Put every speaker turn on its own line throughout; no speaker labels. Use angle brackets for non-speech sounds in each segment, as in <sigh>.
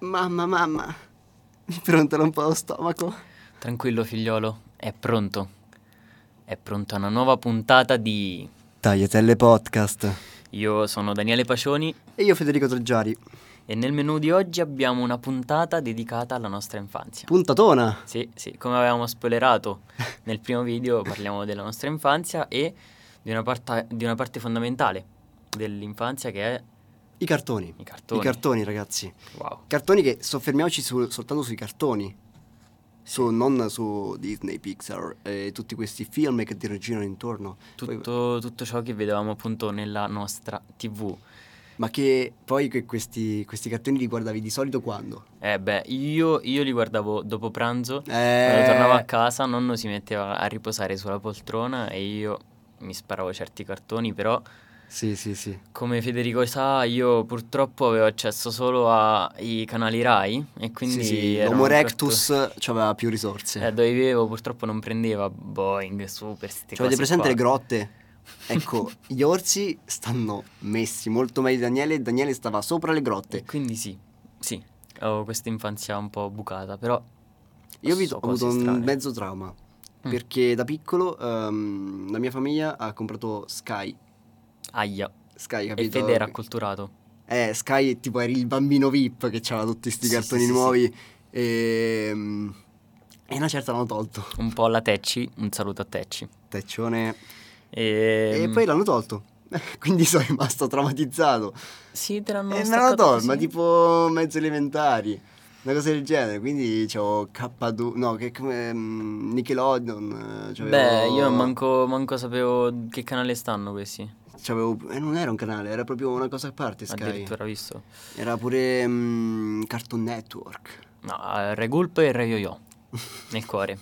Mamma, mamma, mi prontola un po' lo stomaco.
Tranquillo figliolo, è pronto. È pronta una nuova puntata di...
Tagliatelle Podcast.
Io sono Daniele Pacioni
E io Federico Troggiari.
e nel menu di oggi abbiamo una puntata dedicata alla nostra infanzia.
Puntatona!
Sì, sì, come avevamo
<laughs>
spoilerato nel primo video parliamo della nostra infanzia e di una, parta- di una parte fondamentale dell'infanzia che è
I cartoni.
i cartoni.
I cartoni, ragazzi.
Wow.
Cartoni che soffermiamoci su- soltanto sui cartoni. Su- non su Disney, Pixar e tutti questi film che ti girano intorno. Poi-
Tutto, tutto ciò che vedevamo appunto nella nostra tv.
ma che poi que- questi, questi cartoni li guardavi di solito quando?
Eh beh, io, io li guardavo dopo pranzo
Eh,
Quando tornavo a casa nonno si metteva a riposare sulla poltrona e io mi sparavo certi cartoni, però
Eh, Sì, sì, sì.
come Federico sa io purtroppo avevo accesso solo ai canali Rai e quindi...
sì, sì.
erano
L'Homo
cartoni-
Rectus aveva più risorse.
Eh, dove vivevo purtroppo non prendeva Boeing, Super, sti
Ci avete
cose
presente
qua.
le
<laughs>
grotte? Ecco, gli orsi stanno messi molto meglio di Daniele. Daniele stava sopra le
E
grotte.
quindi sì, sì, ho questa infanzia un po' bucata, però...
Io vi
so
ho
cose
avuto un
strane.
mezzo trauma.
Mm.
Perché da piccolo ehm, la mia famiglia ha comprato Sky.
Aia,
Sky,
e
capito?
Fede era acculturato.
Eh, Sky tipo eri il bambino VIP che aveva tutti questi
Sì,
cartoni
sì, sì,
nuovi. ehm, E una certa l'hanno tolto.
Un po' alla Tecci, un saluto a Tecci. Ehm,
Teccione.
E,
E poi l'hanno tolto. <laughs> Quindi sono rimasto traumatizzato.
Sì, te
E
l'hanno
me l'hanno
staccato
tolto, ma
così.
tipo mezzo elementari, una cosa del genere. Quindi c'ho K2, no, che come mm, Nickelodeon. eh, c'avevo-
Beh, io manco, manco sapevo che canale stanno questi.
c'avevo- eh, non era un canale, era proprio una cosa a parte Sky.
Addirittura visto.
Era pure mm, Cartoon Network.
No, eh, Re Gulp e
<laughs>
Re Yo-Yo nel cuore.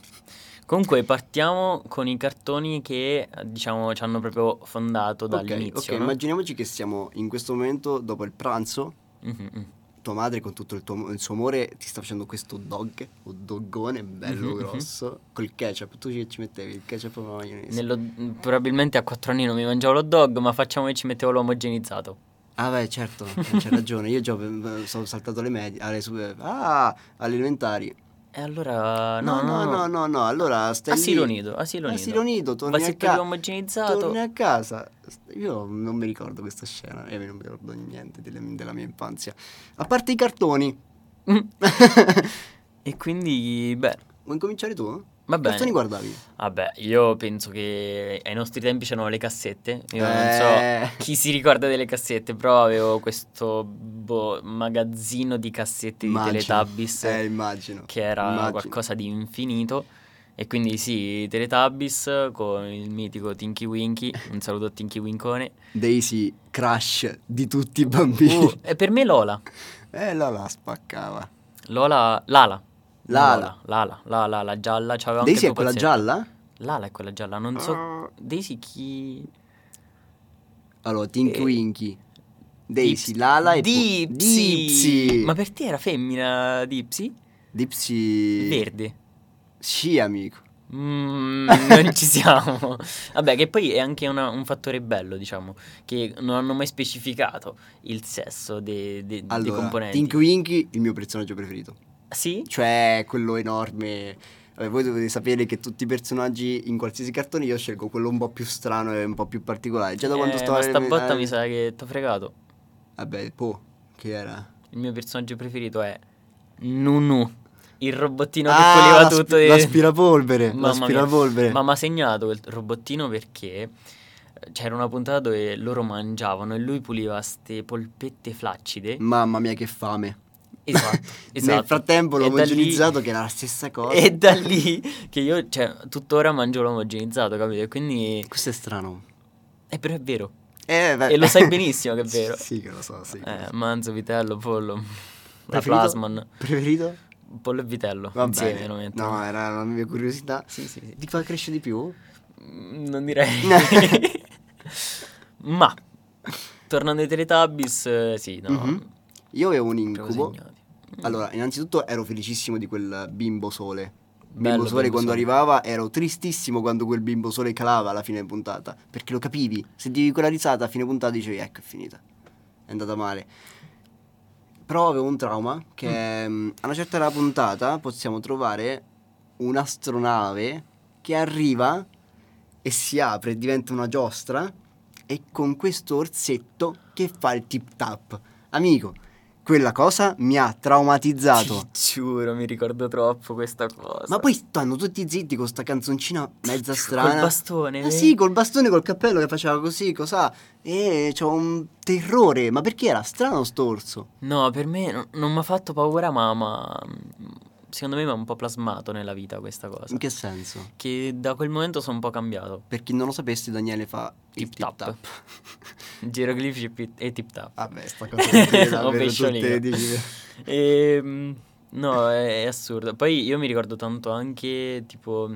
Comunque, partiamo con i cartoni che eh, diciamo ci hanno proprio fondato
ok,
dall'inizio.
ok,
no?
immaginiamoci che siamo in questo momento dopo il pranzo.
Mhm, mhm.
Tua madre con tutto il, tuo, il suo amore ti sta facendo questo dog, o doggone bello
Mhm, mhm.
grosso, col ketchup. Tu ci, ci mettevi il ketchup o la maionese?
Nello- probabilmente a quattro anni non mi mangiavo lo dog, ma facciamo che ci mettevo l'omogenizzato.
Ah beh certo, eh,
<laughs>
c'è ragione, io già eh, sono saltato alle medie, alle su- ah, alle elementari.
E allora.
No, no, no, no, no, allora stai
Ah, Asilo
lì.
nido, asilo nido.
Asilo nido, torni a
Vasetto
ca-
l'omogenizzato.
Torni a casa. Io non mi ricordo questa scena, eh, io non mi ricordo niente delle- della mia infanzia. A parte i cartoni.
Mm.
<laughs>
E quindi, beh,
Vuoi incominciare tu?
va bene.
Cartoni guardavi?
Vabbè, io penso che ai nostri tempi c'erano le cassette. Io non
Eh.
so chi si ricorda delle cassette, però avevo questo boh, magazzino di cassette di
Immagino.
Teletubbies
Eh, immagino.
che era
immagino.
qualcosa di infinito. E quindi sì, Teletubbies con il mitico Tinky Winky. Un saluto a Tinky Winkone.
Daisy Crash di tutti i bambini.
Uh, e per me Lola.
<laughs> Eh, la la spaccava.
Lola, Lala.
Lala.
Lala, Lala, la, la gialla. C'aveva anche
Daisy
il
è
tuo
quella
pezzetto.
gialla?
Lala è quella gialla, non
Ah.
so. Daisy chi.
Allora, Tinky
Eh,
Winky, Daisy,
Dips-
Lala e poi-
Dipsy.
Dipsy.
Ma per te era femmina Dipsy?
Dipsy.
Verde.
Sì, amico.
Mm, <laughs> non ci siamo. Vabbè, che poi è anche una- un fattore bello, diciamo, che non hanno mai specificato il sesso de- de- dei
Allora,
componenti.
Tinky Winky, il mio personaggio preferito.
Sì?
Cioè, quello enorme. Vabbè, voi dovete sapere che tutti i personaggi in qualsiasi cartone io scelgo quello un po' più strano e un po' più particolare. Già da quando
Eh,
sto
ma
alle-
sta botta
alle-
mi sa che t'ho fregato.
Vabbè, po, che era?
Il mio personaggio preferito è Nunu, il robottino
Ah,
che puleva
la spi-
tutto. e-
l'aspirapolvere,
Mamma mia.
l'aspirapolvere.
Ma mi ha segnato quel robottino perché c'era una puntata dove loro mangiavano e lui puliva ste polpette flaccide.
Mamma mia, che fame.
Esatto, esatto.
Mm. <laughs> Nel frattempo l'ho
E da lì-
omogenizzato, che era la stessa cosa.
E da lì che io, cioè, tuttora mangio l'omogenizzato, capito? E Quindi,
Questo è strano.
eh, però è vero.
Eh, beh.
E lo sai benissimo
<laughs>
che è vero.
Sì, che lo so, sì. che lo
Eh,
so.
manzo, vitello, pollo, la
Preferito?
plasman,
Preferito?
pollo e vitello,
Va
insieme
bene.
lo metto.
No, era la mia curiosità.
Sì, sì, sì.
Ti fa crescere di più?
Mm,
<laughs>
Non direi. Ma, tornando ai Teletubbies, eh, sì, no.
Mhm. Io avevo un
proprio
incubo.
segnati. Mm.
Allora, innanzitutto ero felicissimo di quel bimbo sole. Bimbo
Bello
sole
Bimbo
quando
Sole.
arrivava, ero tristissimo quando quel bimbo sole calava alla fine puntata. Perché lo capivi. Se divi quella risata a fine puntata dicevi, ecco, è finita. È andata male. Però avevo un trauma che
Mm.
ehm, a una certa della puntata possiamo trovare un'astronave che arriva e si apre, diventa una giostra e con questo orsetto che fa il tip tap. Amico, quella cosa mi ha traumatizzato.
Ti giuro, mi ricordo troppo questa cosa.
Ma poi stanno tutti zitti con sta canzoncina mezza
Cioè, Col
strana.
bastone.
Ah
vedi?
sì, col bastone, col cappello che faceva così, cos'ha? E c'ho un terrore, ma perché era strano sto orso?
No, per me non, mi ha fatto paura, ma, ma, mm, secondo me mi ha un po' plasmato nella vita questa cosa.
In che senso?
Che da quel momento sono un po' cambiato.
Per chi non lo sapesse, Daniele fa il
Tip tap.
tip tap.
<laughs> Geroglifici e pi- e tip tap.
Vabbè, sta
<laughs>
cosa è davvero
Ho pesciolino.
tutte le dici-
<laughs> Ehm, no, è, è assurdo. Poi io mi ricordo tanto anche, tipo,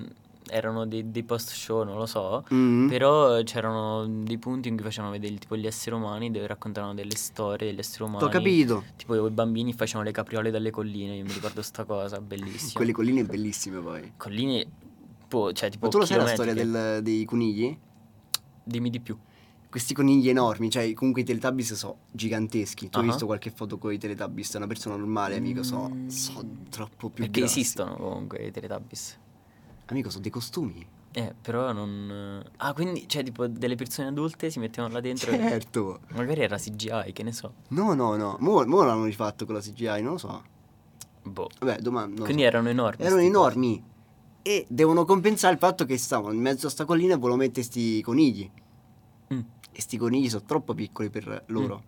erano dei, dei post show, non lo so.
Mm.
Però c'erano dei punti in cui facevano vedere tipo gli esseri umani dove raccontavano delle storie degli esseri umani.
T'ho capito.
Tipo i bambini facevano le capriole dalle colline, io mi ricordo sta cosa, bellissima.
Quelle colline bellissime poi.
Colline, boh, cioè tipo...
Ma tu lo sai la storia
chilometriche.
del- dei conigli?
Dimmi di più.
Questi conigli enormi, cioè comunque i Teletubbies sono giganteschi. Tu
Ah.
hai visto qualche foto con i Teletubbies? Una persona normale, amico, so,
Mm.
so troppo più
Perché
grassi.
esistono comunque i Teletubbies.
Amico, sono dei costumi.
Eh, però non... Ah, quindi, cioè tipo delle persone adulte si mettevano là dentro... e-
Certo.
Magari era CGI, che ne so.
No, no, no. Mo, mo l'hanno rifatto con la CGI, non lo so.
Boh.
Vabbè, domanda.
Quindi erano enormi.
erano
sti cosi.
enormi. E devono compensare il fatto che stavano in mezzo a sta collina e volevano mettere sti conigli.
Mm.
E sti conigli sono troppo piccoli per loro.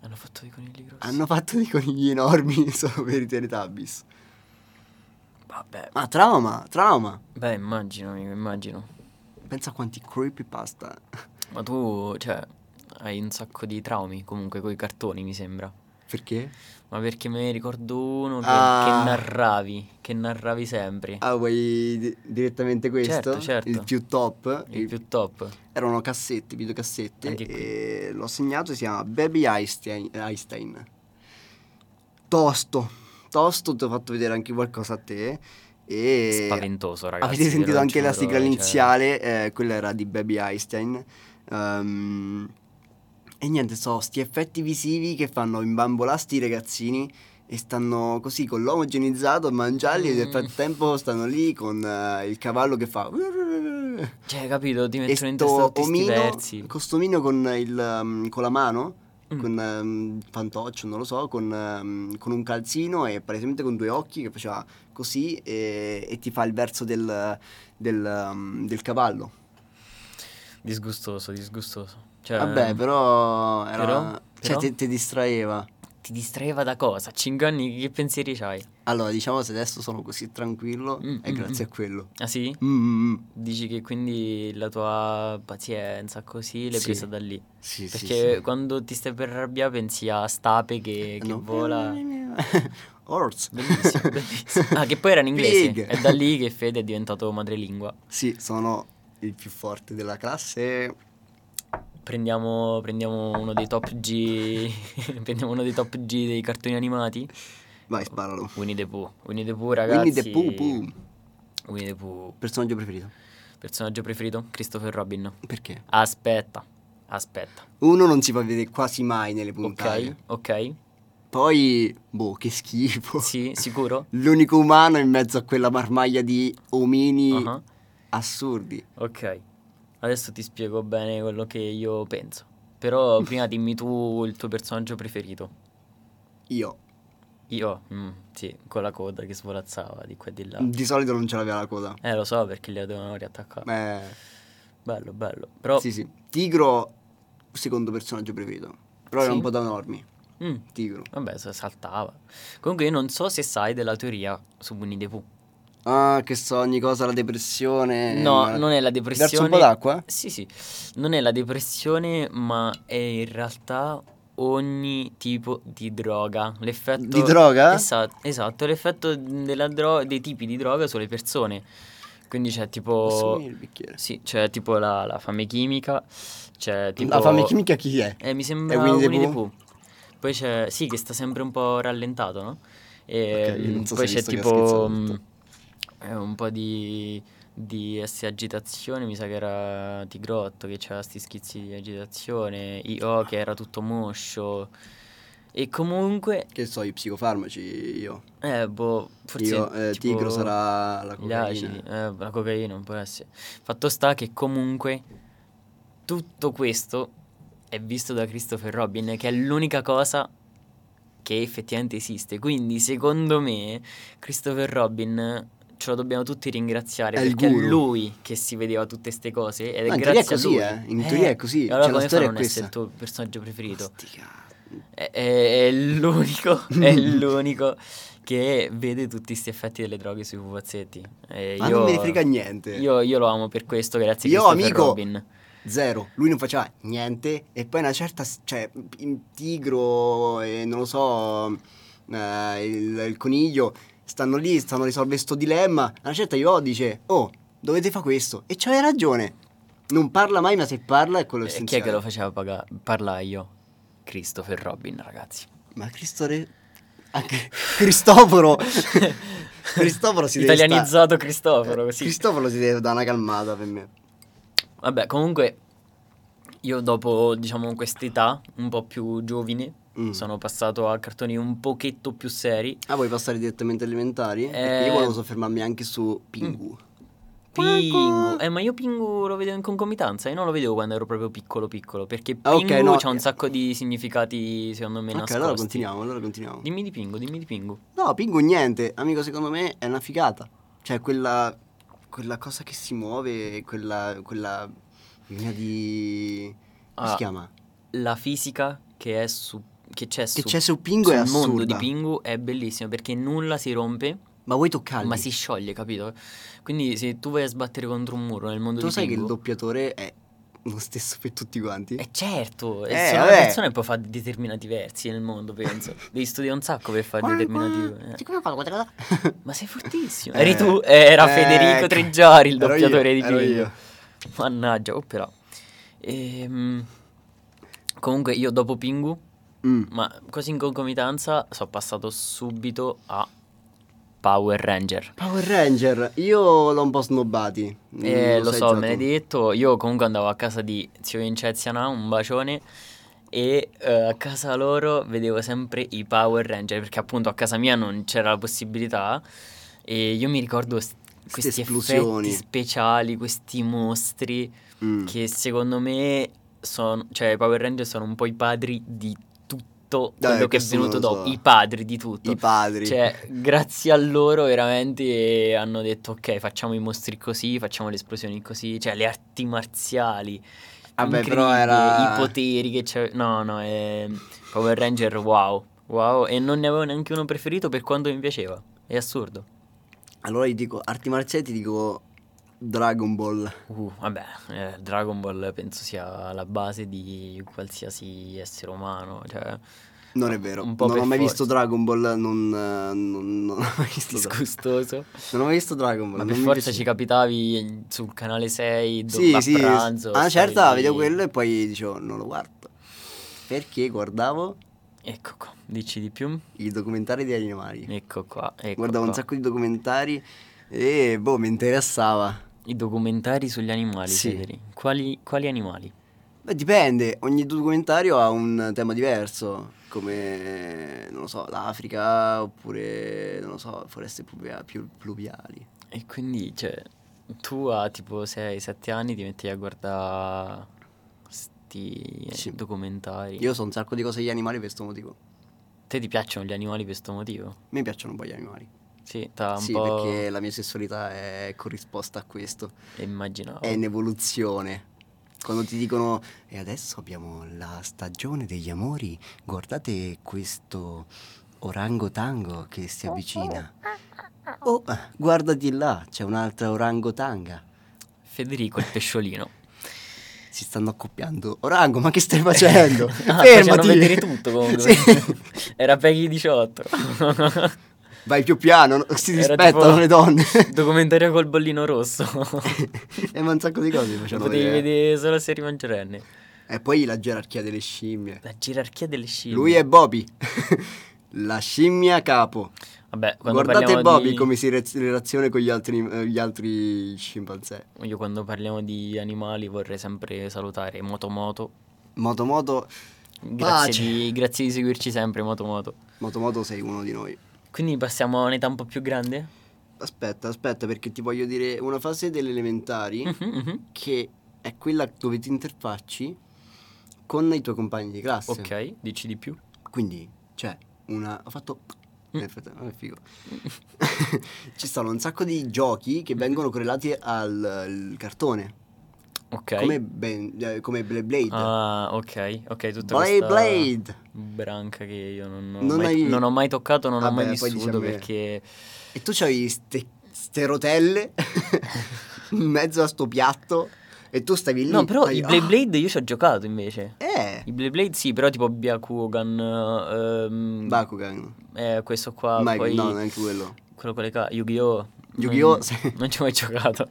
Hanno fatto dei conigli grossi.
Hanno fatto dei conigli enormi <laughs> solo per i Teletubbies.
Vabbè.
Ma trauma, trauma.
Beh, immagino, amico, immagino.
Pensa a quanti creepypasta.
Ma tu, cioè, hai un sacco di traumi comunque con i cartoni, mi sembra.
Perché?
Ma perché me ne ricordo uno che,
Ah.
che narravi, che narravi sempre.
Ah, vuoi di- direttamente questo?
Certo, certo.
Il più top.
Il più top.
Erano cassette, videocassette.
Anche qui.
E l'ho segnato, si chiama Baby Einstein. Einstein. Tosto. Tosto, ti ho fatto vedere anche qualcosa a te. E
Spaventoso, ragazzi.
eh, Avete
ve
sentito
lo
anche la
giuro,
sigla
cioè,
iniziale, eh, quella era di Baby Einstein. Ehm, e niente, so, sti effetti visivi che fanno imbambolare sti ragazzini e stanno così con l'omogenizzato a mangiarli e nel
Mm.
frattempo stanno lì con eh, il cavallo che fa...
Cioè, capito, ti
E
mettono in testa
sto
tutti sti
omino,
versi.
questo omino con, il, ehm, con la mano,
Mm.
con ehm, fantoccio, non lo so, con, ehm, con un calzino e palesemente con due occhi che faceva così e, e ti fa il verso del, del, ehm, del cavallo.
Disgustoso, disgustoso. Cioè,
Vabbè, però, era-
però- però?
Cioè, ti- ti distraeva.
Ti distraeva da cosa? Cinganni, che pensieri c'hai?
Allora, diciamo se adesso sono così tranquillo
Mm,
è
mm,
grazie
mm.
a quello.
Ah sì?
Mm, mm, mm.
Dici che quindi la tua pazienza così l'hai
Sì.
presa da lì.
Sì, sì,
Perché
sì. Eh,
quando ti stai per arrabbiare pensi a Stape che, che
No.
vola.
<laughs> Horse.
Bellissimo,
<laughs>
bellissimo. Ah, che poi era in inglese. Eh.
Pig.
È da lì che Fede è diventato madrelingua.
Sì, sono il più forte della classe.
Prendiamo, prendiamo uno dei top G. <laughs> prendiamo uno dei top G dei cartoni animati.
Vai, sparalo.
Winnie the Pooh. Winnie the Pooh, ragazzi.
Winnie the Pooh, Pooh.
Winnie the Pooh.
Personaggio preferito.
Personaggio preferito? Christopher Robin.
Perché?
Aspetta, aspetta.
Uno non si fa vedere quasi mai nelle puntate.
Ok, ok.
Poi, boh, che schifo.
<laughs> Sì, sicuro?
L'unico umano in mezzo a quella marmaglia di omini
Ah,
assurdi.
Ok. Adesso ti spiego bene quello che io penso. Però prima dimmi tu il tuo personaggio preferito.
Io,
Io, mm, sì, con la coda che svolazzava di qua e di là.
di solito non ce l'aveva la coda.
Eh, lo so perché li dovevano riattaccare.
Eh,
Bello, bello. Però,
Sì, sì. Tigro, secondo personaggio preferito. Però era
Sì?
un po' da normi.
mm,
Tigro.
vabbè, so- saltava. Comunque io non so se sai della teoria su Winnie the Pooh.
Ah, che so, ogni cosa, la depressione.
No,
ma-
non è la
Eh, Verso
depressione.
un po' d'acqua?
Sì, sì. Non è la depressione, ma è in realtà ogni tipo di droga. L'effetto
Di droga?
Esatto, esatto, l'effetto della dro- dei tipi di droga sulle persone. Quindi
Posso
c'è tipo
finire il bicchiere?
Sì, c'è tipo la, la fame chimica, c'è tipo
La fame chimica chi è?
Eh, mi sembra
È
Winnie,
Winnie the
the Pooh. Poi c'è sì che sta sempre un po' rallentato, no? E
Ok, io non
mm,
so
poi
se
c'è
hai visto che ha
tipo
schizzato
mm,
tutto.
eh, un po' di di sti agitazione, mi sa che era Tigrotto che c'era sti schizzi di agitazione, IO che era tutto moscio. E comunque,
Che so, i psicofarmaci io.
eh, boh, forse
io eh,
tipo
Tigro sarà la
gli
cocaina.
acidi, eh, la cocaina non può essere. Fatto sta che comunque tutto questo è visto da Christopher Robin, che è l'unica cosa che effettivamente esiste. Quindi, secondo me, Christopher Robin ce lo dobbiamo tutti ringraziare
È il
perché è
guru.
lui che si vedeva tutte queste cose ed è
No, in teoria
grazie
è così,
a
eh.
lui.
In teoria è così.
e Allora,
Cioè, la
come fa a
storia è
non essere
questa.
il tuo personaggio preferito?
Sti cazzi.
È, è- è l'unico,
<laughs>
è l'unico che vede tutti questi effetti delle droghe sui pupazzetti. E
Ma
io,
non me ne frega niente.
Io, io lo amo per questo, grazie a
Io,
Christopher
amico,
Robin.
Zero, lui non faceva niente e poi una certa, s- cioè, in tigro e non lo so, eh, il, il coniglio stanno lì, stanno a risolvere sto dilemma. Una certa io dice, oh, dovete fare questo e c'hai ragione. Non parla mai, ma se parla è quello
E Eh, chi
essenziale.
è che lo faceva paga- parlare io? Christopher Robin, ragazzi.
Ma Cristore... anche <laughs> Cristoforo! <laughs> Cristoforo si deve
Italianizzato
sta-
<laughs> Cristoforo,
Eh,
così.
Cristoforo si deve dare una calmata per me.
Vabbè, comunque, io dopo, diciamo, quest'età un po' più giovine,
Mm.
sono passato a cartoni un pochetto più seri.
Ah, vuoi passare direttamente agli elementari?
Eh. mm,
Perché io volevo soffermarmi anche su Pingu.
Pingu, eh, ma io Pingu lo vedo in concomitanza. Io non lo vedevo quando ero proprio piccolo, piccolo. Perché
Ah,
Pingu
ok, no.
c'ha un sacco di significati, secondo me,
Ok,
nascosti.
allora continuiamo, allora continuiamo.
Dimmi di Pingu, dimmi di Pingu.
No, Pingu niente, amico, secondo me è una figata. Cioè, quella, quella cosa che si muove, quella, quella linea di... come
Ah,
si chiama?
La fisica che è su. Che c'è
Che
su.
c'è su Pingu è
sul mondo di
assurda.
Pingu è bellissimo perché nulla si rompe,
Ma vuoi toccarli?
ma si scioglie, capito? Quindi se tu vai a sbattere contro un muro nel mondo
Tu
di
sai che il
Pingu.
doppiatore è lo stesso per tutti quanti?
Eh certo,
Eh,
eh, sono una
vabbè.
persona che può fare determinati versi nel mondo,
<laughs>
penso. Devi studiare un sacco per fare determinati. eh.
Come fa questa cosa? <laughs>
Ma sei fortissimo.
Eh,
Eri tu, era
eh,
Federico
ecco.
Treggiari il
Ero io,
doppiatore di
ero
Pingu.
io.
Mannaggia, oh però. Ehm, comunque io dopo Pingu,
Mm.
ma così in concomitanza, sono passato subito a Power Ranger.
Power Ranger, io l'ho un po' snobbati.
Eh,
Mm,
lo
sai
so,
già
me l'hai
tu.
detto. Io comunque andavo a casa di zio Vincenzio Anà, un bacione. E eh, a casa loro vedevo sempre i Power Ranger perché appunto a casa mia non c'era la possibilità. E io mi ricordo s- questi
esplosioni.
effetti speciali, questi mostri
Mm.
che secondo me sono, cioè i Power Ranger sono un po' i padri di tutto
Dai,
quello che è
questo non
venuto
lo
dopo,
so.
i padri di tutto.
I padri.
Certo. Cioè, grazie a loro veramente hanno detto ok, facciamo i mostri così, facciamo le esplosioni così, cioè le arti marziali.
Vabbè,
incredibili,
però era-
i poteri che c'è No, no, è Power Ranger wow. Wow, e non ne avevo neanche uno preferito per quanto mi piaceva. È assurdo.
Allora io dico, arti marziali ti dico Dragon Ball.
Uh, vabbè, eh, Dragon Ball penso sia la base di qualsiasi essere umano, cioè
Non è vero,
Un
non
po' per
ho mai
forza.
visto Dragon Ball, non, eh, non- non ho mai visto Dra-
disgustoso.
Non ho mai visto Dragon Ball.
Ma
non
per
mi
forza
piace-
ci capitavi sul canale 6 do-
Sì,
a
sì,
pranzo.
ah
stavi
certa,
lì.
vedevo quello e poi dicevo, non lo guardo. Perché guardavo
Ecco qua, dici di più?
i documentari di animali.
Ecco qua, ecco
guardavo
qua.
un sacco di documentari e boh, mi interessava.
I documentari sugli animali,
Sì.
Federi. Quali, quali animali?
Beh, dipende, ogni documentario ha un tema diverso, come, non lo so, l'Africa, oppure, non lo so, foreste pluvia- più- pluviali.
E quindi, cioè, tu a tipo 6-7 anni ti metti a guardare sti eh,
Sì.
documentari.
Io so un sacco di cose agli animali per questo motivo.
Te ti piacciono gli animali per questo motivo?
Mi piacciono un po' gli animali.
Sì, t'ha un
sì,
po'...
perché la mia sessualità è corrisposta a questo.
Immaginavo.
È in evoluzione. Quando ti dicono e adesso abbiamo la stagione degli amori, guardate questo orangotango che si avvicina. Oh, eh, guarda di là, c'è un'altra orangotanga.
Federico il
<laughs>
pesciolino.
Si stanno accoppiando. Orango, ma che stai <laughs> facendo?
<laughs> Ah, facevano
Certo, Fermati.
vedere tutto comunque.
Sì.
<laughs> Era
<laughs>
Peggy 18.
Vai più piano, no- si
Era
rispettano
tipo
le donne. <laughs>
<laughs> Documentario col bollino rosso.
e ma un sacco di cose facciamo
Potevi
vedere.
vedere solo se eri maggiorenne.
E poi la gerarchia delle scimmie.
La gerarchia delle scimmie.
Lui è Bobby. <laughs> la scimmia capo.
Vabbè, quando
Guardate
parliamo
Bobby
di...
come si re- relaziona con gli altri, eh, gli altri scimpanzé.
Io quando parliamo di animali vorrei sempre salutare Motomoto.
Moto Moto
Grazie
Pace.
di, grazie di seguirci sempre, Moto Moto.
Motomoto sei uno di noi.
Quindi passiamo a un'età un po' più grande?
Aspetta, aspetta, perché ti voglio dire una fase delle elementari
Mhm, mhm.
che è quella dove ti interfacci con i tuoi compagni di classe.
Ok, dici di più.
Quindi c'è una. Ho fatto.
Mm.
Nel frattempo, ah, figo. <laughs> Ci stanno un sacco di giochi che vengono correlati al, al cartone.
Ok.
Come, ben, eh, come Blade Blade.
Ah, ok, ok, tutta
Blade
questa
Blade!
branca che io non ho,
Non hai-
mai, non ho mai toccato, non ho
Vabbè,
mai
poi diciamo dici a
vissuto
me.
perché
E tu c'hai ste, ste rotelle <laughs> in mezzo a sto piatto. E tu stavi lì.
No, però
fai,
i
"Ah".
Blade Blade io ci ho giocato invece.
Eh,
I Blade Blade sì, però tipo Byakugan ehm,
Bakugan.
eh, questo qua,
Ma
poi
no, neanche quello.
quello con le ca- Yu-Gi-Oh!
Yu-Gi-Oh!
Non,
sì.
<laughs> non ci ho mai giocato.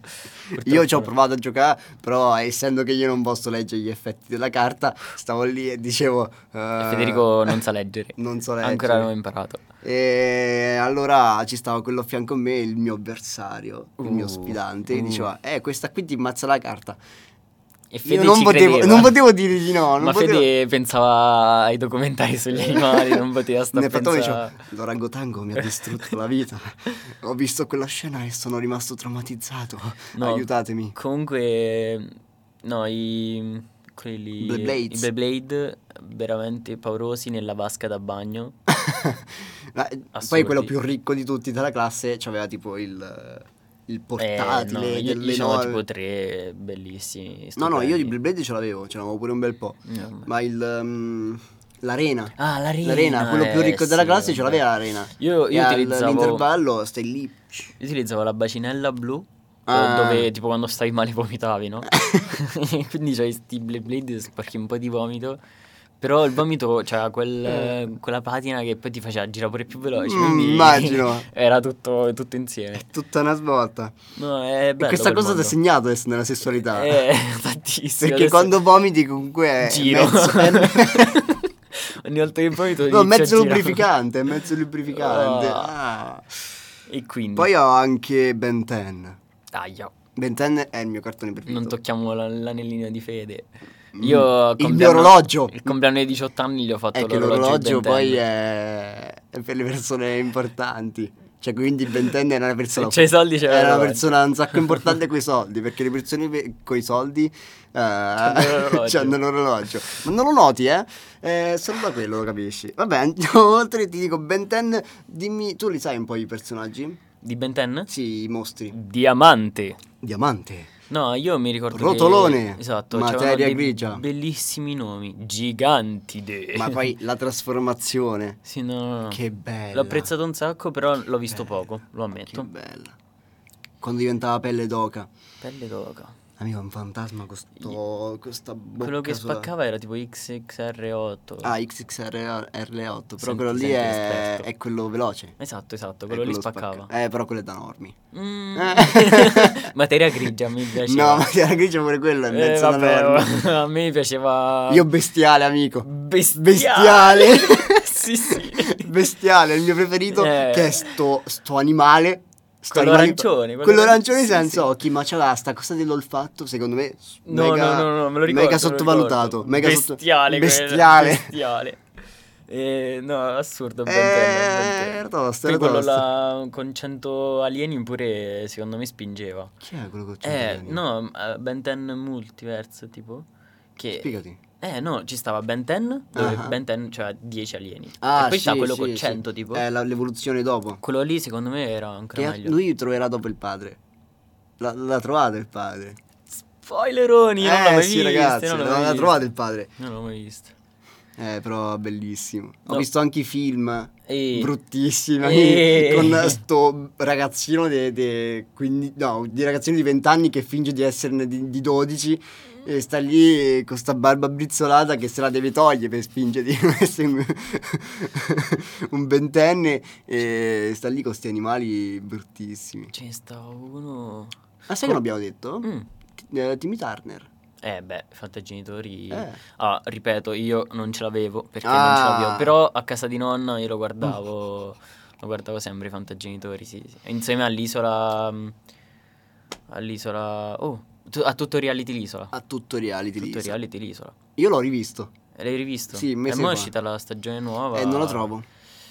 Io ci ho
Purtroppo no.
provato a giocare, però eh, essendo che io non posso leggere gli effetti della carta, stavo lì e dicevo... eh,
E Federico non sa leggere.
Non so leggere.
Ancora non ho imparato.
E allora ci stava quello a fianco a me, il mio avversario, il mio
Uh,
sfidante, che
uh.
diceva, eh, questa qui ti ammazza la carta.
E
Io
Fede
non
ci
potevo,
credeva.
non potevo dire di no, non
Ma
potevo...
Fede pensava ai documentari sugli animali, non poteva
<laughs>
stare
Nel
a
frattempo
pensare...
dicevo, l'orangotango mi ha
<laughs>
distrutto la vita. Ho visto quella scena e sono rimasto traumatizzato.
No.
Aiutatemi. <laughs>
Comunque, no, i quelli lì,
Blade Blades.
i Blade Blade veramente paurosi nella vasca da bagno.
Ma- eh, poi
Assurdi.
quello più ricco di tutti della classe aveva tipo il, il
Eh, no,
portatile
io,
delle
io c'avevo
nove-
tipo tre bellissimi.
No, no, io di
stupendi.
Blade Blade ce l'avevo, ce l'avevo pure un bel po'.
No, ma-
Ma il um, l'arena.
Ah, l'arena.
L'arena, quello più
eh,
ricco della
sì,
classe ce
vabbè.
l'aveva l'arena.
Io,
E
io
al-
utilizzavo
all'intervallo stai lì.
io utilizzavo la bacinella blu. eh,
Ah.
Dove tipo quando stavi male
<laughs>
vomitavi, no? <laughs> Quindi c'hai sti Blade Blade sporchi un po' di vomito. Però il vomito c'era quel,
Eh.
quella patina che poi ti faceva girare pure più veloce.
Mm,
quindi
immagino.
<laughs> era tutto, tutto insieme.
Tutta una svolta.
No, è
E
bello
questa
quel
cosa ti ha
mondo.
segnato adesso nella sessualità.
Eh, <laughs> tantissimo.
Perché
adesso
quando vomiti comunque è
giro.
mezzo- è
Eh,
<laughs>
<laughs> Ogni volta che vomito
No,
inizio a
mezzo
girare.
lubrificante, è mezzo lubrificante.
Ah.
Ah.
E quindi...
Poi ho anche Ben 10.
Taglio.
Ben 10 è il mio cartone preferito.
Non tocchiamo la- l'anellino di fede.
Mm.
Io al
Il mio
compleanno-
orologio.
Il compleanno dei 18 anni gli ho fatto
È che
l'orologio.
l'orologio
di Ben
poi
10.
è... è per le persone importanti. Cioè, quindi il ventenne era una persona.
Se c'hai i soldi, c'è
Era una
l'orologio.
persona un sacco importante coi soldi. Perché le persone ve- coi soldi. eh, <laughs>
l'orologio.
c'hanno l'orologio. Ma non lo noti, eh? Eh, solo da quello lo capisci. Vabbè, andiamo oltre ti dico, ventenne, dimmi. Tu li sai un po' i personaggi?
<laughs> Di Ben 10?
Sì, i mostri.
Diamante.
Diamante.
No, io mi ricordo che-
Rotolone.
Esatto.
Materia
c'erano dei
grigia.
Bellissimi nomi. Gigantide.
Ma poi la trasformazione.
<laughs> Sì, no, no, no.
Che bella.
Ah. L'ho apprezzato un sacco, però l'ho visto poco, lo
Che
ammetto.
bella. Quando diventava pelle d'oca.
Pelle d'oca.
Amico, è un fantasma con sto, questa bocca
Quello che
sulla-
spaccava era tipo XXR8.
Ah, XXRL8, però
Senti-
quello lì
senti
è,
l'esperto.
è quello veloce. È
Esatto, esatto, quello, lì
spacca-
spaccava.
Eh, però quello è da normi.
Mm.
<laughs> Eh.
<laughs> Materia grigia mi piaceva.
No, ma la grigia pure quello è
Eh,
mezzo
vabbè,
da normi.
<laughs> a me piaceva
Io bestiale, amico.
bestiale.
Bestiale.
<laughs> sì, sì.
<laughs> Bestiale, è il mio preferito,
Eh.
che è sto, sto animale. Sto
Quello
animale-
arancione,
Quello,
quello-
arancione
sì,
senza
sì.
occhi, ma c'ha la sta cosa dell'olfatto, secondo me, s-
No,
mega,
no, no, no, me lo ricordo. me
mega
lo
sottovalutato.
ricordo.
Mega sotto-
bestiale, quello,
bestiale.
bestiale. Eh, no, assurdo. Ben
Eh,
Ten, Ben
era
Ten.
tosto,
Poi
era
quello
tosto.
là con 100 alieni pure secondo me spingeva.
Chi è quello che ho
Eh, no, eh, Ben 10 Multiverse, tipo. Che...
Spiegati.
Eh, no, ci stava Ben 10, dove
Ah.
Ben 10 c'era 10 alieni.
Ah,
e poi c'era
sì,
quello
sì,
con
sì.
100, tipo.
Eh, la- l'evoluzione dopo.
Quello lì, secondo me, era ancora
Che
meglio.
lui troverà dopo il padre. La, la trovate il padre.
Spoileroni, non l'ho
eh
mai
sì,
visto.
ragazzi,
non l'ho
la,
mai
la
visto.
trovate il padre.
Non l'ho mai visto.
Eh, però bellissimo. Ho
No.
visto anche i film
E...
bruttissimi
Eh.
con sto ragazzino de- de- quindi- no, di ragazzino di 20 anni che finge di esserne di, di 12 e sta lì con sta barba brizzolata che se la deve togliere <laughs> per spingere di non essere un- un ventenne e sta lì con questi animali bruttissimi.
Ce ne stava uno...
Ma sai che non abbiamo detto?
Mm.
T- eh, Timmy Turner.
Eh beh, genitori
Eh.
Ah, ripeto, io non ce l'avevo perché non
Ah. Oh.
ce l'avevo. Però a casa di nonna io lo guardavo. Lo guardavo sempre i fantagenitori, sì, sì. Insieme all'isola. mh, All'isola. Oh, tu- a tutto reality l'isola.
A tutto reality.
tutto
Lisa.
reality l'isola.
Io l'ho rivisto.
L'hai rivisto?
Sì, un
E
mese
mo è
fa.
uscita la stagione nuova.
E Eh, non la trovo.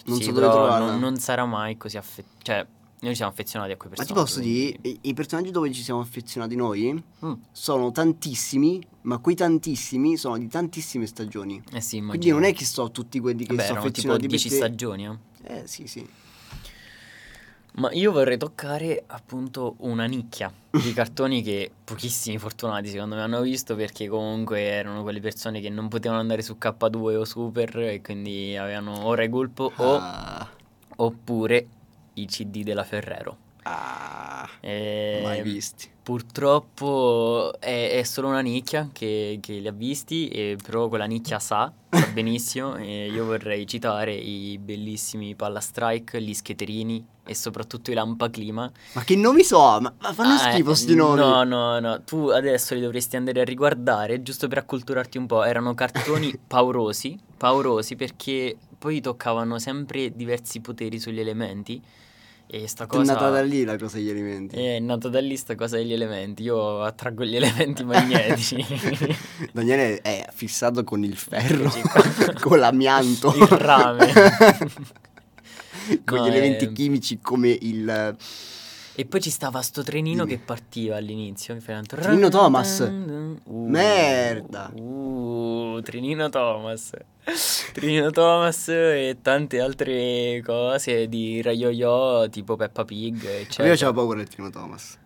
Non
Sì,
so dove
però
trovarla.
Non, non sarà mai così affezionato. Cioè, noi siamo affezionati a quei
Ma ti
personaggi.
posso dire,
quindi-
i, i personaggi dove ci siamo affezionati noi
Mm.
sono tantissimi, ma quei tantissimi sono di tantissime stagioni.
Eh sì,
Quindi non è che so tutti quelli che
Vabbè,
sono
erano tipo
affezionati
10
perché-
stagioni, eh.
Eh sì, sì.
Ma io vorrei toccare appunto una nicchia di
<laughs>
cartoni che pochissimi fortunati secondo me hanno visto perché comunque erano quelle persone che non potevano andare su K2 o Super e quindi avevano o Rai Gulpo o-
Ah,
oppure i CD della Ferrero. Eh,
ah,
E
mai visti.
Purtroppo è, è solo una nicchia che, che li ha visti, e però quella nicchia sa, sa benissimo. <laughs> e io vorrei citare i bellissimi Pallastrike, gli Scheterini e soprattutto i Lampaclima.
Ma che nomi so? Ma, ma fanno
Ah, eh,
schifo sti nomi.
No, no, no. Tu adesso li dovresti andare a riguardare giusto per acculturarti un po'.
<laughs>
Erano cartoni paurosi, paurosi perché poi toccavano sempre diversi poteri sugli elementi. E sta
È
cosa Eh,
nata da lì la cosa degli alimenti.
è nata da lì sta cosa degli elementi. Io attraggo gli elementi magnetici.
<laughs> Daniele è fissato con il ferro,
Sì, qua-
<laughs> con l'amianto,
Il
<laughs>
rame.
con
No, eh.
gli elementi
è-
chimici come il...
<laughs> e poi ci stava sto trenino
Dimmi.
che partiva all'inizio. che faceva tanto-
Trenino Thomas.
Uh,
Merda.
Uh, Trenino Thomas. Trenino Thomas e tante altre cose di Rayoyo tipo Peppa Pig, eccetera.
Io c'ho paura del Trino Thomas.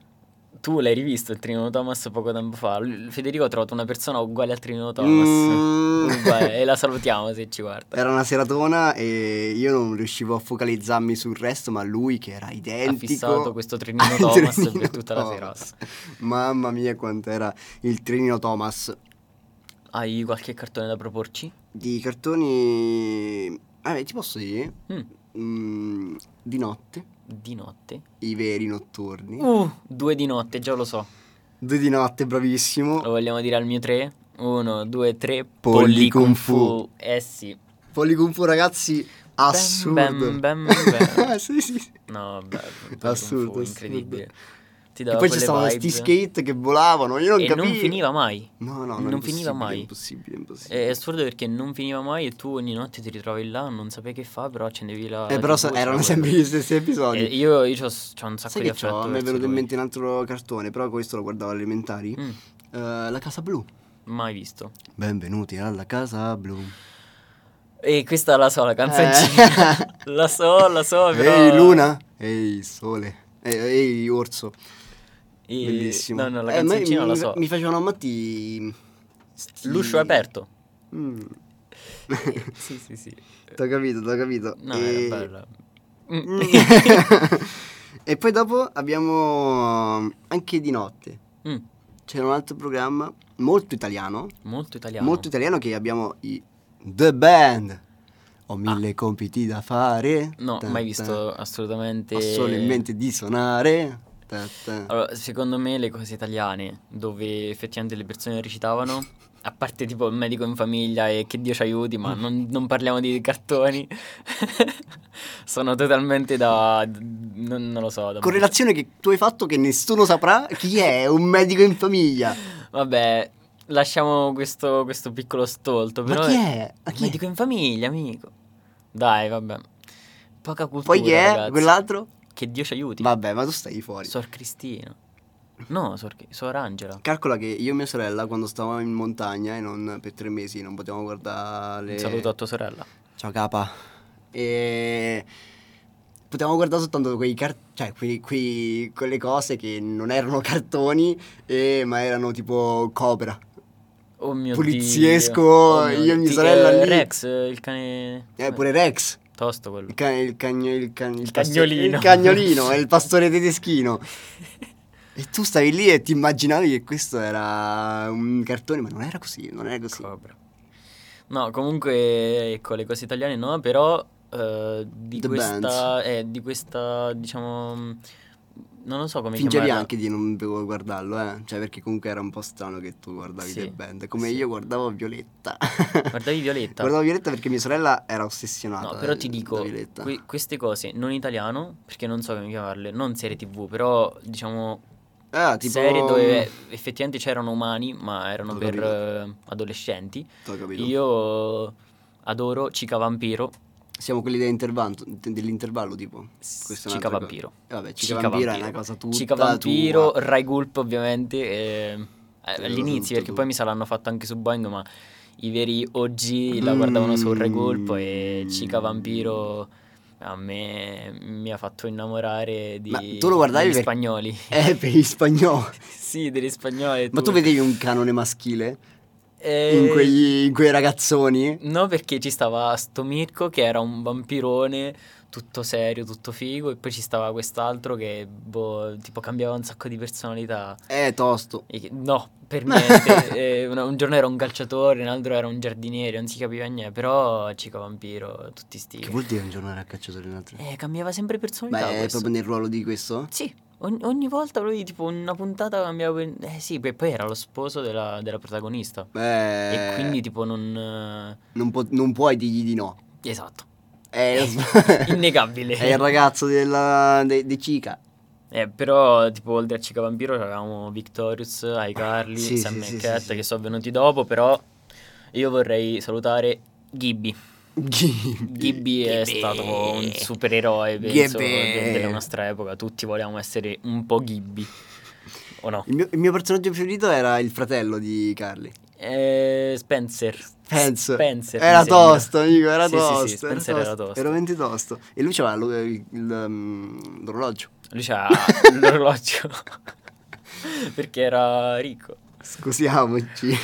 Tu l'hai rivisto il Trinino Thomas poco tempo fa. L- Federico ha trovato una persona uguale al Trinino Thomas.
Mm.
<laughs> Uguale, e la salutiamo se ci guarda.
Era una seratona e io non riuscivo a focalizzarmi sul resto, ma lui che era identico.
fissato questo
<laughs>
Trinino
al
Thomas per
Trinino
tutta la
Thomas. Mamma mia quanto era il Trinino Thomas.
Hai qualche cartone da proporci?
Di cartoni... Ah, beh, ti posso dire?
Mm,
Mm, di notte,
di notte.
i veri notturni.
Uh, due di notte, già lo so.
Due di notte, bravissimo.
Lo vogliamo dire al mio tre? Uno, due, tre.
Polli
Pollicum
Kung
Fu. Eh sì.
Polly Kung Fu, ragazzi, assurdo.
bam, bam,
<laughs>
bam.
sì, sì. sì.
No, beh, Polly Kung
Assurdo,
Fu,
assurdo.
incredibile.
E
Ti dava
poi ci
quelle
stavano
vibe.
sti skate che volavano, io non
e
capivo.
non finiva mai.
No, no,
Non finiva
impossibile,
mai.
Impossibile, impossibile.
È assurdo perché non finiva mai e tu ogni notte ti ritrovi là, non sapevi che fa, però accendevi la...
Eh, però
TV,
sa-
c'era
erano
quello.
sempre gli stessi
E
episodi.
Eh, io io c'ho, c'ho un sacco
Sai
di
che
affetto
c'ho? Mi è
verso
venuto in
lui.
mente un altro cartone, però questo lo guardavo alle elementari.
Mm,
Eh, la Casa Blu.
mai visto.
Benvenuti alla Casa Blu.
E questa la so, la
<laughs>
canzoncina.
Eh.
la so, la so, però...
Ehi Luna, ehi Sole, Eh, ehi Orso.
E-
Bellissimo.
No, no, la
Eh, a me
canzoncina
mi,
la so.
Mi facevano a matti... sti-
L'uscio
<laughs>
è aperto.
Mm,
sì, sì, sì.
t'ho capito, t'ho capito.
No,
E-
era bella. Mm.
Mm. <laughs> e poi dopo abbiamo anche di notte.
<laughs> Mm,
C'era un altro programma molto italiano.
Molto italiano.
Molto italiano che abbiamo i The Band. Ho mille compiti da fare.
Ah. No,
Ta-
mai
ta-
visto assolutamente...
Ho solo in mente di suonare. Ta- ta.
Allora, secondo me le cose italiane dove effettivamente le persone recitavano, a parte tipo il medico in famiglia e che Dio ci aiuti, ma non, non parliamo di cartoni, <laughs> sono totalmente da... non, non lo so. Da
Correlazione che tu hai fatto che nessuno saprà chi è un medico in famiglia.
Vabbè, lasciamo questo, questo piccolo stolto.
Ma
Però
chi è? Ma chi è?
medico in famiglia, amico. Dai, vabbè. Poca cultura,
Poi chi è?
ragazzi.
Quell'altro?
Che Dio ci aiuti.
Vabbè, ma tu stai fuori.
Sor Cristina. No, Sor, Sor Angela.
Calcola che io e mia sorella quando stavamo in montagna e non, per tre mesi non potevamo guardare...
Un saluto a tua sorella.
Ciao capa. E... Potevamo guardare soltanto quei car- cioè quei, quei- quelle cose che non erano <laughs> cartoni, eh, ma erano tipo Cobra.
Oh mio
Poliziesco,
Dio. Oh mio
io e mia
Dio.
sorella
Eh,
lì.
Rex, eh, il cane.
Eh, pure Rex,
Tosto quello.
il, ca- il, cagno- il, ca- il pasto-
cagnolino.
Il
<laughs>
cagnolino, il pastore tedeschino. E tu stavi lì e ti immaginavi che questo era un cartone, ma non era così, non era così.
Cobra. No, comunque, ecco, le cose italiane no, però eh, di,
The
questa,
Bands.
eh, di questa, diciamo, mh, non lo so come
Fingevi
chiamarla.
anche di non dovevo guardarlo, eh. Cioè, perché comunque era un po' strano che tu guardavi
Sì,
The Band, come
sì.
io guardavo Violetta. <laughs>
Guardavi Violetta?
Guardavo Violetta perché mia sorella era ossessionata.
No, però ti
da
dico,
Violetta.
que- queste cose non italiano, perché non so come chiamarle, non serie tv, però diciamo
Ah, tipo...
serie dove effettivamente c'erano umani, ma erano
Ho
per
capito.
eh, adolescenti.
T'ho capito.
Io adoro Cica Vampiro.
Siamo quelli dell'intervallo, dell'intervallo tipo.
S-
Questa è
Cica
un'altra
Vampiro.
cosa. Eh, vabbè, Cica, Vampiro, è una cosa tutta
Cica Vampiro,
tua.
Rai Gulp ovviamente. eh, eh,
È una cosa tutta
all'inizio, perché
tua.
poi mi sa l'hanno fatto anche su Boing, ma i veri OG la guardavano su Rai Gulp e Cica
Mm.
Vampiro a me mi ha fatto innamorare di
Ma tu lo guardavi
degli
per-
spagnoli. <laughs>
Eh, per gli spagnoli.
sì, degli spagnoli.
Ma tu vedevi un canone maschile
Eh,
in, quegli- in quei ragazzoni?
No, perché ci stava sto Mirko che era un vampirone tutto serio, tutto figo, e poi ci stava quest'altro che boh, tipo cambiava un sacco di personalità.
Eh, tosto.
E che- no, per
<laughs>
niente. Eh, una- un giorno era un calciatore, un altro era un giardiniere, non si capiva niente, però Cico Vampiro, tutti sti.
Che vuol dire un giorno era cacciatore e un altro?
Eh, cambiava sempre
Ma
personalità.
è
questo.
proprio nel ruolo di questo?
Sì, ogni, ogni volta lui tipo una puntata cambiava. Eh sì, e poi era lo sposo della, della protagonista.
Beh,
E quindi tipo non...
non, po- non puoi dirgli di no.
eh, Esatto.
È, lo-
Eh, Innegabile.
<laughs> è il ragazzo della, de- di Chica.
Eh, però, tipo, oltre a Cica Vampiro c'avevamo Victorious, iCarly,
Sì,
Sam
sì,
e
sì,
Cat
sì, sì.
che sono venuti dopo, però io vorrei salutare Gibby. Gibby è stato un supereroe, penso,
Gibby.
de- della nostra epoca. Tutti volevamo essere un po' Gibby, o no?
Il mio, il mio personaggio preferito era il fratello di Carly.
Eh, Spencer.
Penso.
Spencer,
Era
mi sembra.
tosto, amico, era
Sì, sì, sì,
tosto.
Spencer era tosto.
Veramente tosto. E lui c'aveva lo- il- il, um, l'orologio.
Lui c'ha
<laughs>
l'orologio perché era ricco. <laughs>
Scusiamoci.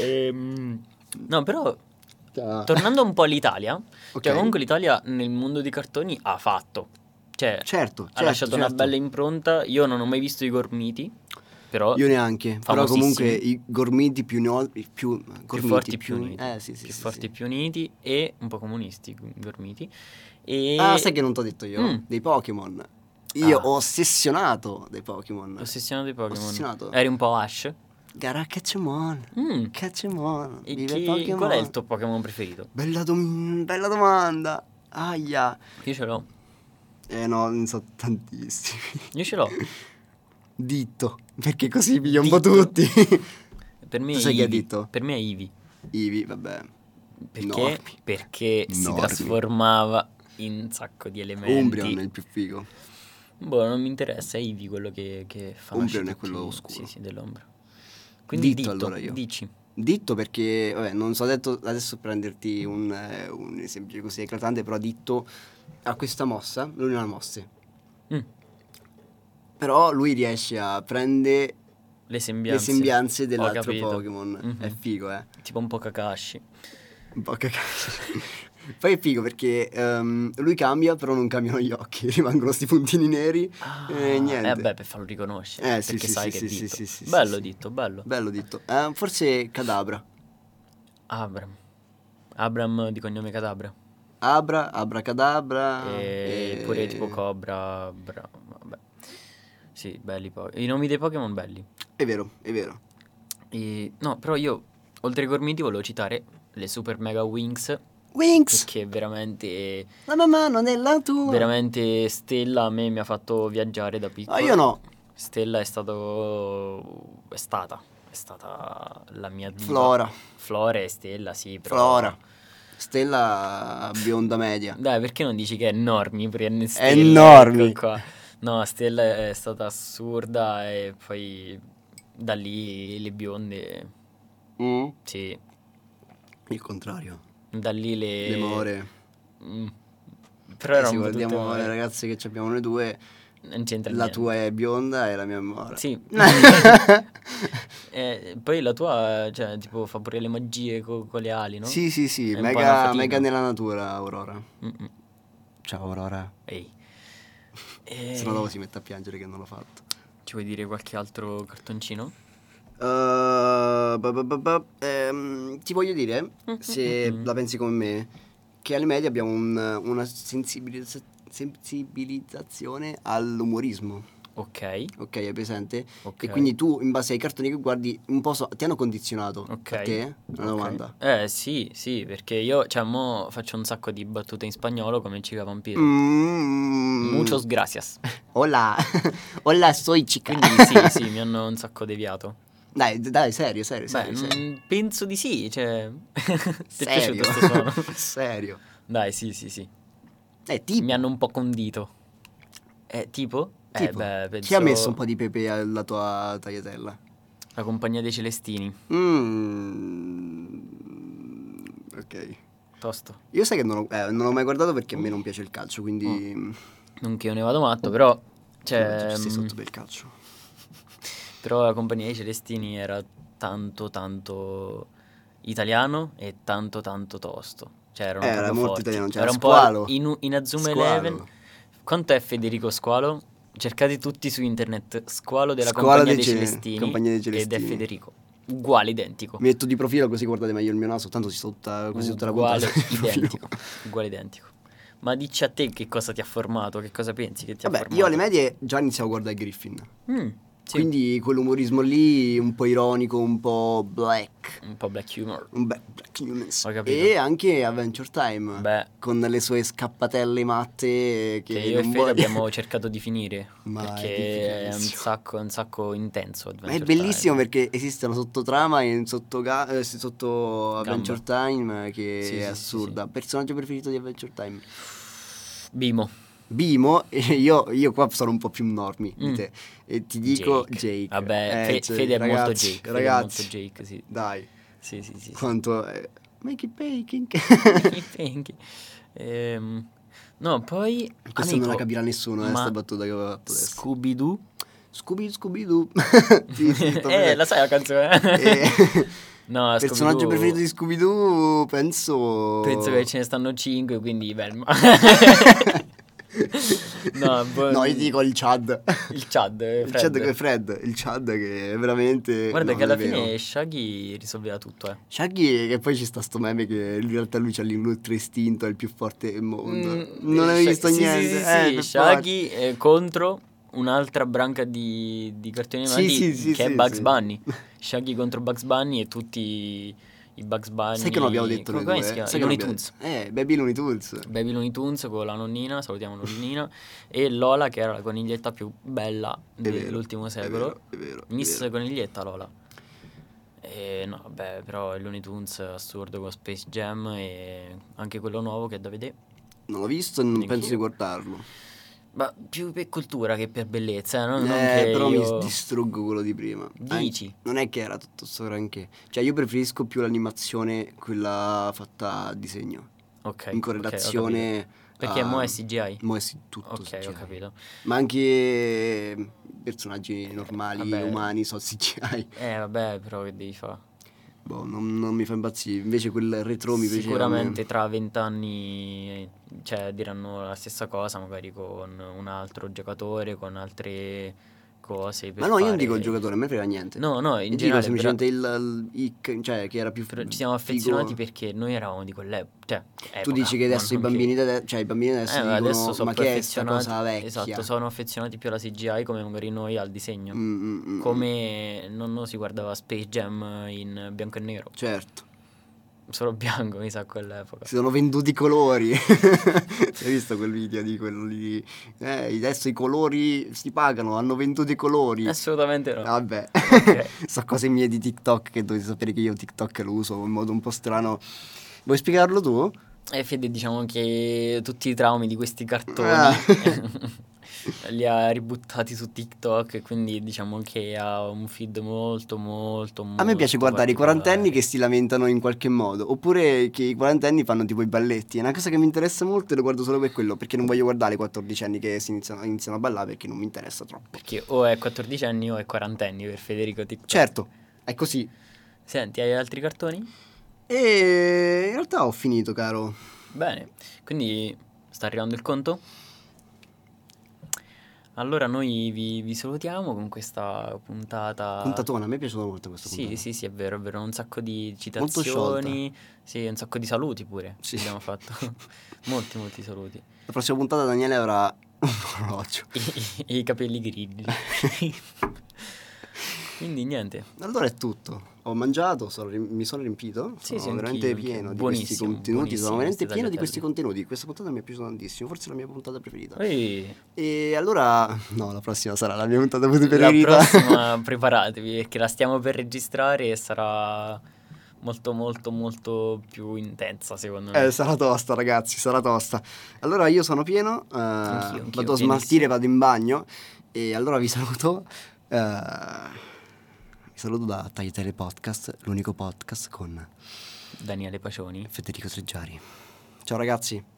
Ehm, no, però
Ciao.
tornando un po' all'Italia,
Ah, Ok.
cioè comunque l'Italia nel mondo dei cartoni ha fatto, cioè
Certo,
ha lasciato una bella
impressione.
impronta. Io non ho mai visto i Gormiti, però
Io neanche, però
Famosissimi.
comunque i gormiti più, ne ho- più, gormiti
forti, più uniti.
eh, sì, sì,
più
sì,
forti e
sì.
più uniti e un po' comunisti, i Gormiti. E
Ah, sai che non t'ho detto io?
Mm.
Dei Pokémon. Io
Ah.
ho ossessionato dei Pokémon.
ossessionato dei Pokémon.
Ossessionato.
Eri un po' Ash.
Gara Catchemon.
Mm.
Catchemon.
E
Vive
chi-
Pokémon.
qual è il tuo Pokémon preferito?
Bella, dom- bella domanda. Aia.
Io ce l'ho.
Eh no, ne so tantissimi. <laughs>
Io ce l'ho.
Ditto. Perché così piglio un po'
Ditto.
tutti.
<laughs>
<laughs>
Per me
Tu
è
sai chi ha
Eevee.
detto?
Per me è Eevee.
Ivi, vabbè.
Perché?
Normi.
Perché si
Normi.
trasformava in un sacco di elementi.
Umbreon è il più figo.
Boh, non mi interessa, è Ivi quello che, che fa
Umbreon
nascere
è quello
tutti-
oscuro.
Sì, sì, dell'ombra. Quindi
Ditto
ditto,
allora io.
dici.
Ditto perché, vabbè, non so detto- adesso prenderti un, eh, un esempio così eclatante, però Ditto ha questa mossa, lui non ha mosse,
Mm,
però lui riesce a prendere
le
le
sembianze.
sembianze dell'altro
capito.
Pokémon,
Mhm.
è Eh, figo eh,
Tipo un po' Kakashi.
un po' cacao. <laughs> Poi è figo perché ehm, lui cambia, però non cambiano gli occhi, <laughs> rimangono sti puntini neri, eh, niente.
Eh beh, per farlo riconoscere.
Eh, sì,
perché
sì,
sai
sì,
che
sì,
è
sì,
ditto.
sì, sì, sì,
bello
sì.
ditto, bello.
Bello Ditto, Eh, forse Cadabra,
Abram. Abram di cognome Cadabra.
Abra, Abracadabra,
e...
eh,
Pure tipo Cobra. Bra... Vabbè. Sì, belli po- I nomi dei Pokémon belli.
È vero, è vero.
E- No, però io, oltre ai gormiti, volevo citare le Super Mega Wings.
Winx!
Perché veramente...
La mia mano nella tua.
Veramente Stella a me mi ha fatto viaggiare da piccolo.
Ah, io no.
Mm. Stella è stato è stata è stata la mia diva.
Flora.
Flora e Stella, sì, però
Flora. Stella bionda media.
Dai, perché non dici che è enormi Perché Stella,
Enormi.
ecco qua. No, Stella è stata assurda e poi da lì le bionde sì,
Il contrario.
da lì le
Le more.
Mm. Eh, Però
Eh,
erano
se
tutte
guardiamo
more.
le ragazze che ci abbiamo noi due,
non c'entra
la
niente.
tua è bionda e la mia è mora. <laughs>
Sì. Eh, poi la tua, cioè, tipo, fa pure le magie co- con le ali, no?
Sì, sì, sì,
È un po' una
mega,
fatica.
mega nella natura Aurora.
Mm-mm.
Ciao Aurora. <laughs>
Ehi. Eh,
Se no dopo si mette a piangere che non l'ho fatto.
Ci vuoi dire qualche altro cartoncino?
Eh, ba ba ba ba, ehm, ti voglio dire, se
Mm-hmm.
la pensi come me, che alle medie abbiamo un- una sensibilizza- sensibilizzazione all'umorismo.
Ok.
ok, è presente?
Ok.
E quindi tu, in base ai cartoni che guardi, un po' so- ti hanno condizionato.
Ok.
A te? Una
Ok.
domanda.
Eh sì, sì, perché io, cioè, mo faccio un sacco di battute in spagnolo come Chica Vampiro.
Mm.
Muchos
<laughs>
gracias.
Hola, hola, soy chica.
Quindi sì, sì, mi hanno un sacco deviato.
<laughs> Dai, d- dai, serio, serio,
Beh,
serio. serio.
mm, penso di sì, cioè... <laughs> Ti è
Serio.
piaciuto sto
<laughs>
suono?
serio.
Dai, sì, sì, sì.
Eh, tipo,
Mi hanno un po' condito. Eh, tipo? Eh,
tipo,
beh,
chi ha
penso
messo un po' di pepe alla tua tagliatella?
La compagnia dei Celestini,
Mm. Ok.
tosto.
Io sai che non ho, eh, non ho mai guardato perché a me non piace il calcio, quindi... mm,
Non che io ne vado matto, però... Cioè,
tu stai
mm,
sotto del calcio.
Però la compagnia dei Celestini era tanto tanto italiano e tanto tanto tosto. Cioè erano
Eh, Era
proprio
molto
forti.
italiano, c'era
era un
Squalo.
po' in, in Azuma
Squalo.
Eleven. Quanto è Federico Squalo? Cercate tutti su internet Squalo della
Squalo
compagnia
dei
dei,
Cele-
Celestini,
Compagnia dei
ed
Celestini.
è Federico. Uguale identico.
Mi metto di profilo così guardate meglio il mio naso, tanto si sta tutta, quasi tutta la puntata. <laughs>
uguale
sul profilo.
identico. Uguale identico. Ma dici a te che cosa ti ha formato, che cosa pensi che ti ha
Vabbè,
formato?
io alle medie già iniziavo a guardare Griffin.
Mm, sì.
Quindi quell'umorismo lì, un po' ironico, un po' black.
un po' black humor.
Un be- black humans.
Ho capito.
E anche Adventure Time.
Beh.
Con le sue scappatelle matte che,
Che io
non
e Fede
<laughs> voglio-
abbiamo cercato di finire
Ma è
perché è un
difficilissimo.
sacco, un sacco intenso.
Ma è
Adventure
bellissimo
Time.
perché esiste una sottotrama in sotto, eh, sotto Adventure Time eh, che
Sì, sì,
è
sì,
assurda. Personaggio preferito di Adventure Time?
Bimo,
Bimo, <laughs> e io, io qua sono un po' più normi di
Mm.
te. E ti dico Jake.
Jake. Vabbè, Fe-
cioè,
Fede è molto
ragazzi,
Jake, Fede è
Ragazzi,
molto Jake, sì.
Dai,
sì, sì, sì. sì.
quanto è... Make it baking.
<laughs>
<laughs>
Thank you. Ehm, no, poi
Questa
amico,
non la capirà nessuno, eh,
ma
sta battuta che avevo fatto adesso.
Scooby-Doo,
Scooby Scooby <laughs> Doo.
eh, la sai la canzone? <laughs> no,
Eh. Personaggio
Scooby-Doo-
preferito di Scooby Doo, penso <laughs>
Penso che ce ne stanno 5, quindi beh. ma- no, boh,
No, io ti dico il Chad.
il Chad, eh,
Il
Fred.
Chad che è Fred, il Chad che è veramente
Guarda
no,
che alla
non è vero.
fine Shaggy risolveva tutto, eh.
Shaggy, che poi ci sta sto meme che in realtà lui c'ha l'ultra istinto, è il più forte del mondo.
Mm,
non avevi
Sha-
visto
sì, sì,
niente.
sì,
eh,
sì,
per
Shaggy eh, contro un'altra branca di, di cartoni
Sì,
animati
sì, sì,
che è
sì,
Bugs
sì. <laughs>
Bunny. Shaggy contro Bugs Bunny e tutti i Bugs Bunny.
forza. Sai che non abbiamo detto
come,
noi
come
due,
si
eh?
chiama?
Sai
I
che non
Looney
abbiamo
Tunes.
detto? Eh, Baby Looney Tunes.
Baby Looney Tunes con la nonnina, salutiamo nonnina, e Lola che era la coniglietta più bella
È vero,
dell'ultimo
è
secolo.
vero, è vero, è
Miss
vero.
coniglietta Lola. E no, vabbè, però il Looney Tunes è assurdo con Space Jam e anche quello nuovo che è da vedere.
Non l'ho visto e non
Neanch'io.
penso di guardarlo.
Ma più per cultura che per bellezza, eh, no? non
Eh,
che
però
io...
mi distruggo quello di prima.
Dici?
Anche- non è che era tutto sto granché. Cioè, io preferisco più l'animazione, quella fatta a disegno.
Ok,
in
ok, ho
correlazione.
capito. Perché
a-
mo è CGI?
Mo è si- tutto
Ok, ho
CGI.
capito.
Ma anche ehm, personaggi normali,
vabbè.
umani, so CGI.
Eh, vabbè, però che devi fare?
Boh, non, non mi fa impazzire. Invece quel retro mi piaceva.
Sicuramente tra vent'anni eh, cioè, diranno la stessa cosa, magari con un altro giocatore, con altre cose. per
Ma no, io non
fare-
dico il giocatore, a me frega niente.
No, no,
Io
in
dico
generale. però-
semplicemente il, il- il- cioè, che era più
però ci siamo
figo.
affezionati perché noi eravamo di quell'epoca. Cioè,
Tu
epoca,
dici che adesso i
non
bambini, d'ade- cioè, i bambini adesso
Eh, ma
dicono
adesso sono
ma
più
che è sta
affezionati
cosa vecchia?
Esatto, sono affezionati più alla CGI come magari noi al disegno.
Mm, mm, mm.
Come nonno si guardava Space Jam in bianco e nero.
Certo,
Solo bianco, mi sa, a quell'epoca.
si sono venduti i colori. <laughs> Hai visto quel video di quello lì? Eh, adesso i colori si pagano, hanno venduto i colori.
Assolutamente no.
Vabbè,
Ok.
<laughs> so cose mie di TikTok che dovete sapere che io TikTok lo uso in modo un po' strano. Vuoi spiegarlo tu?
E Fede, diciamo che tutti i traumi di questi cartoni
Ah.
<laughs> li ha ributtati su TikTok. e Quindi diciamo che ha un feed molto, molto, molto.
A me piace guardare i quarantenni che si lamentano in qualche modo, oppure che i quarantenni fanno tipo i balletti. È una cosa che mi interessa molto e lo guardo solo per quello, perché non voglio guardare i quattordicenni che si iniziano, iniziano a ballare perché non mi interessa troppo.
Perché o è 14 anni o è 40 anni per Federico TikTok.
Certo, è così.
Senti, hai altri cartoni?
E in realtà ho finito, caro.
Bene, quindi sta arrivando il conto? Allora noi vi, vi salutiamo con questa puntata...
Puntatona, a me è piaciuto molto questo
Ah. Sì, sì, sì, è vero, è vero, un sacco di
Molto sciolta.
citazioni, sì, un sacco di saluti pure
Sì.
abbiamo fatto, <laughs> molti, molti saluti.
La prossima puntata Daniele avrà <laughs> un orologio.
E, e i
<laughs>
capelli grigi. Quindi niente.
Allora è tutto. Ho mangiato, sono rim- mi sono riempito.
Sì,
sono
sì,
veramente
anch'io,
pieno di
buonissimo,
questi contenuti.
buonissimo
Sono veramente
questi
pieno di
tagliatelle.
questi contenuti. Questa puntata mi è piaciuta tantissimo. Forse è la mia puntata preferita.
Poi
E allora, no, la prossima sarà la mia puntata
la
preferita.
prossima preparatevi perché la stiamo per registrare e sarà molto molto molto più intensa secondo
<laughs>
me.
Eh, sarà tosta, ragazzi, sarà tosta. Allora io sono pieno, eh,
anch'io,
vado a smaltire,
pienissimo.
vado in bagno e allora vi saluto. eh, vi saluto da Tagliatelle Podcast, l'unico podcast con
Daniele Pacioni.
Federico Treggiari. Ciao ragazzi.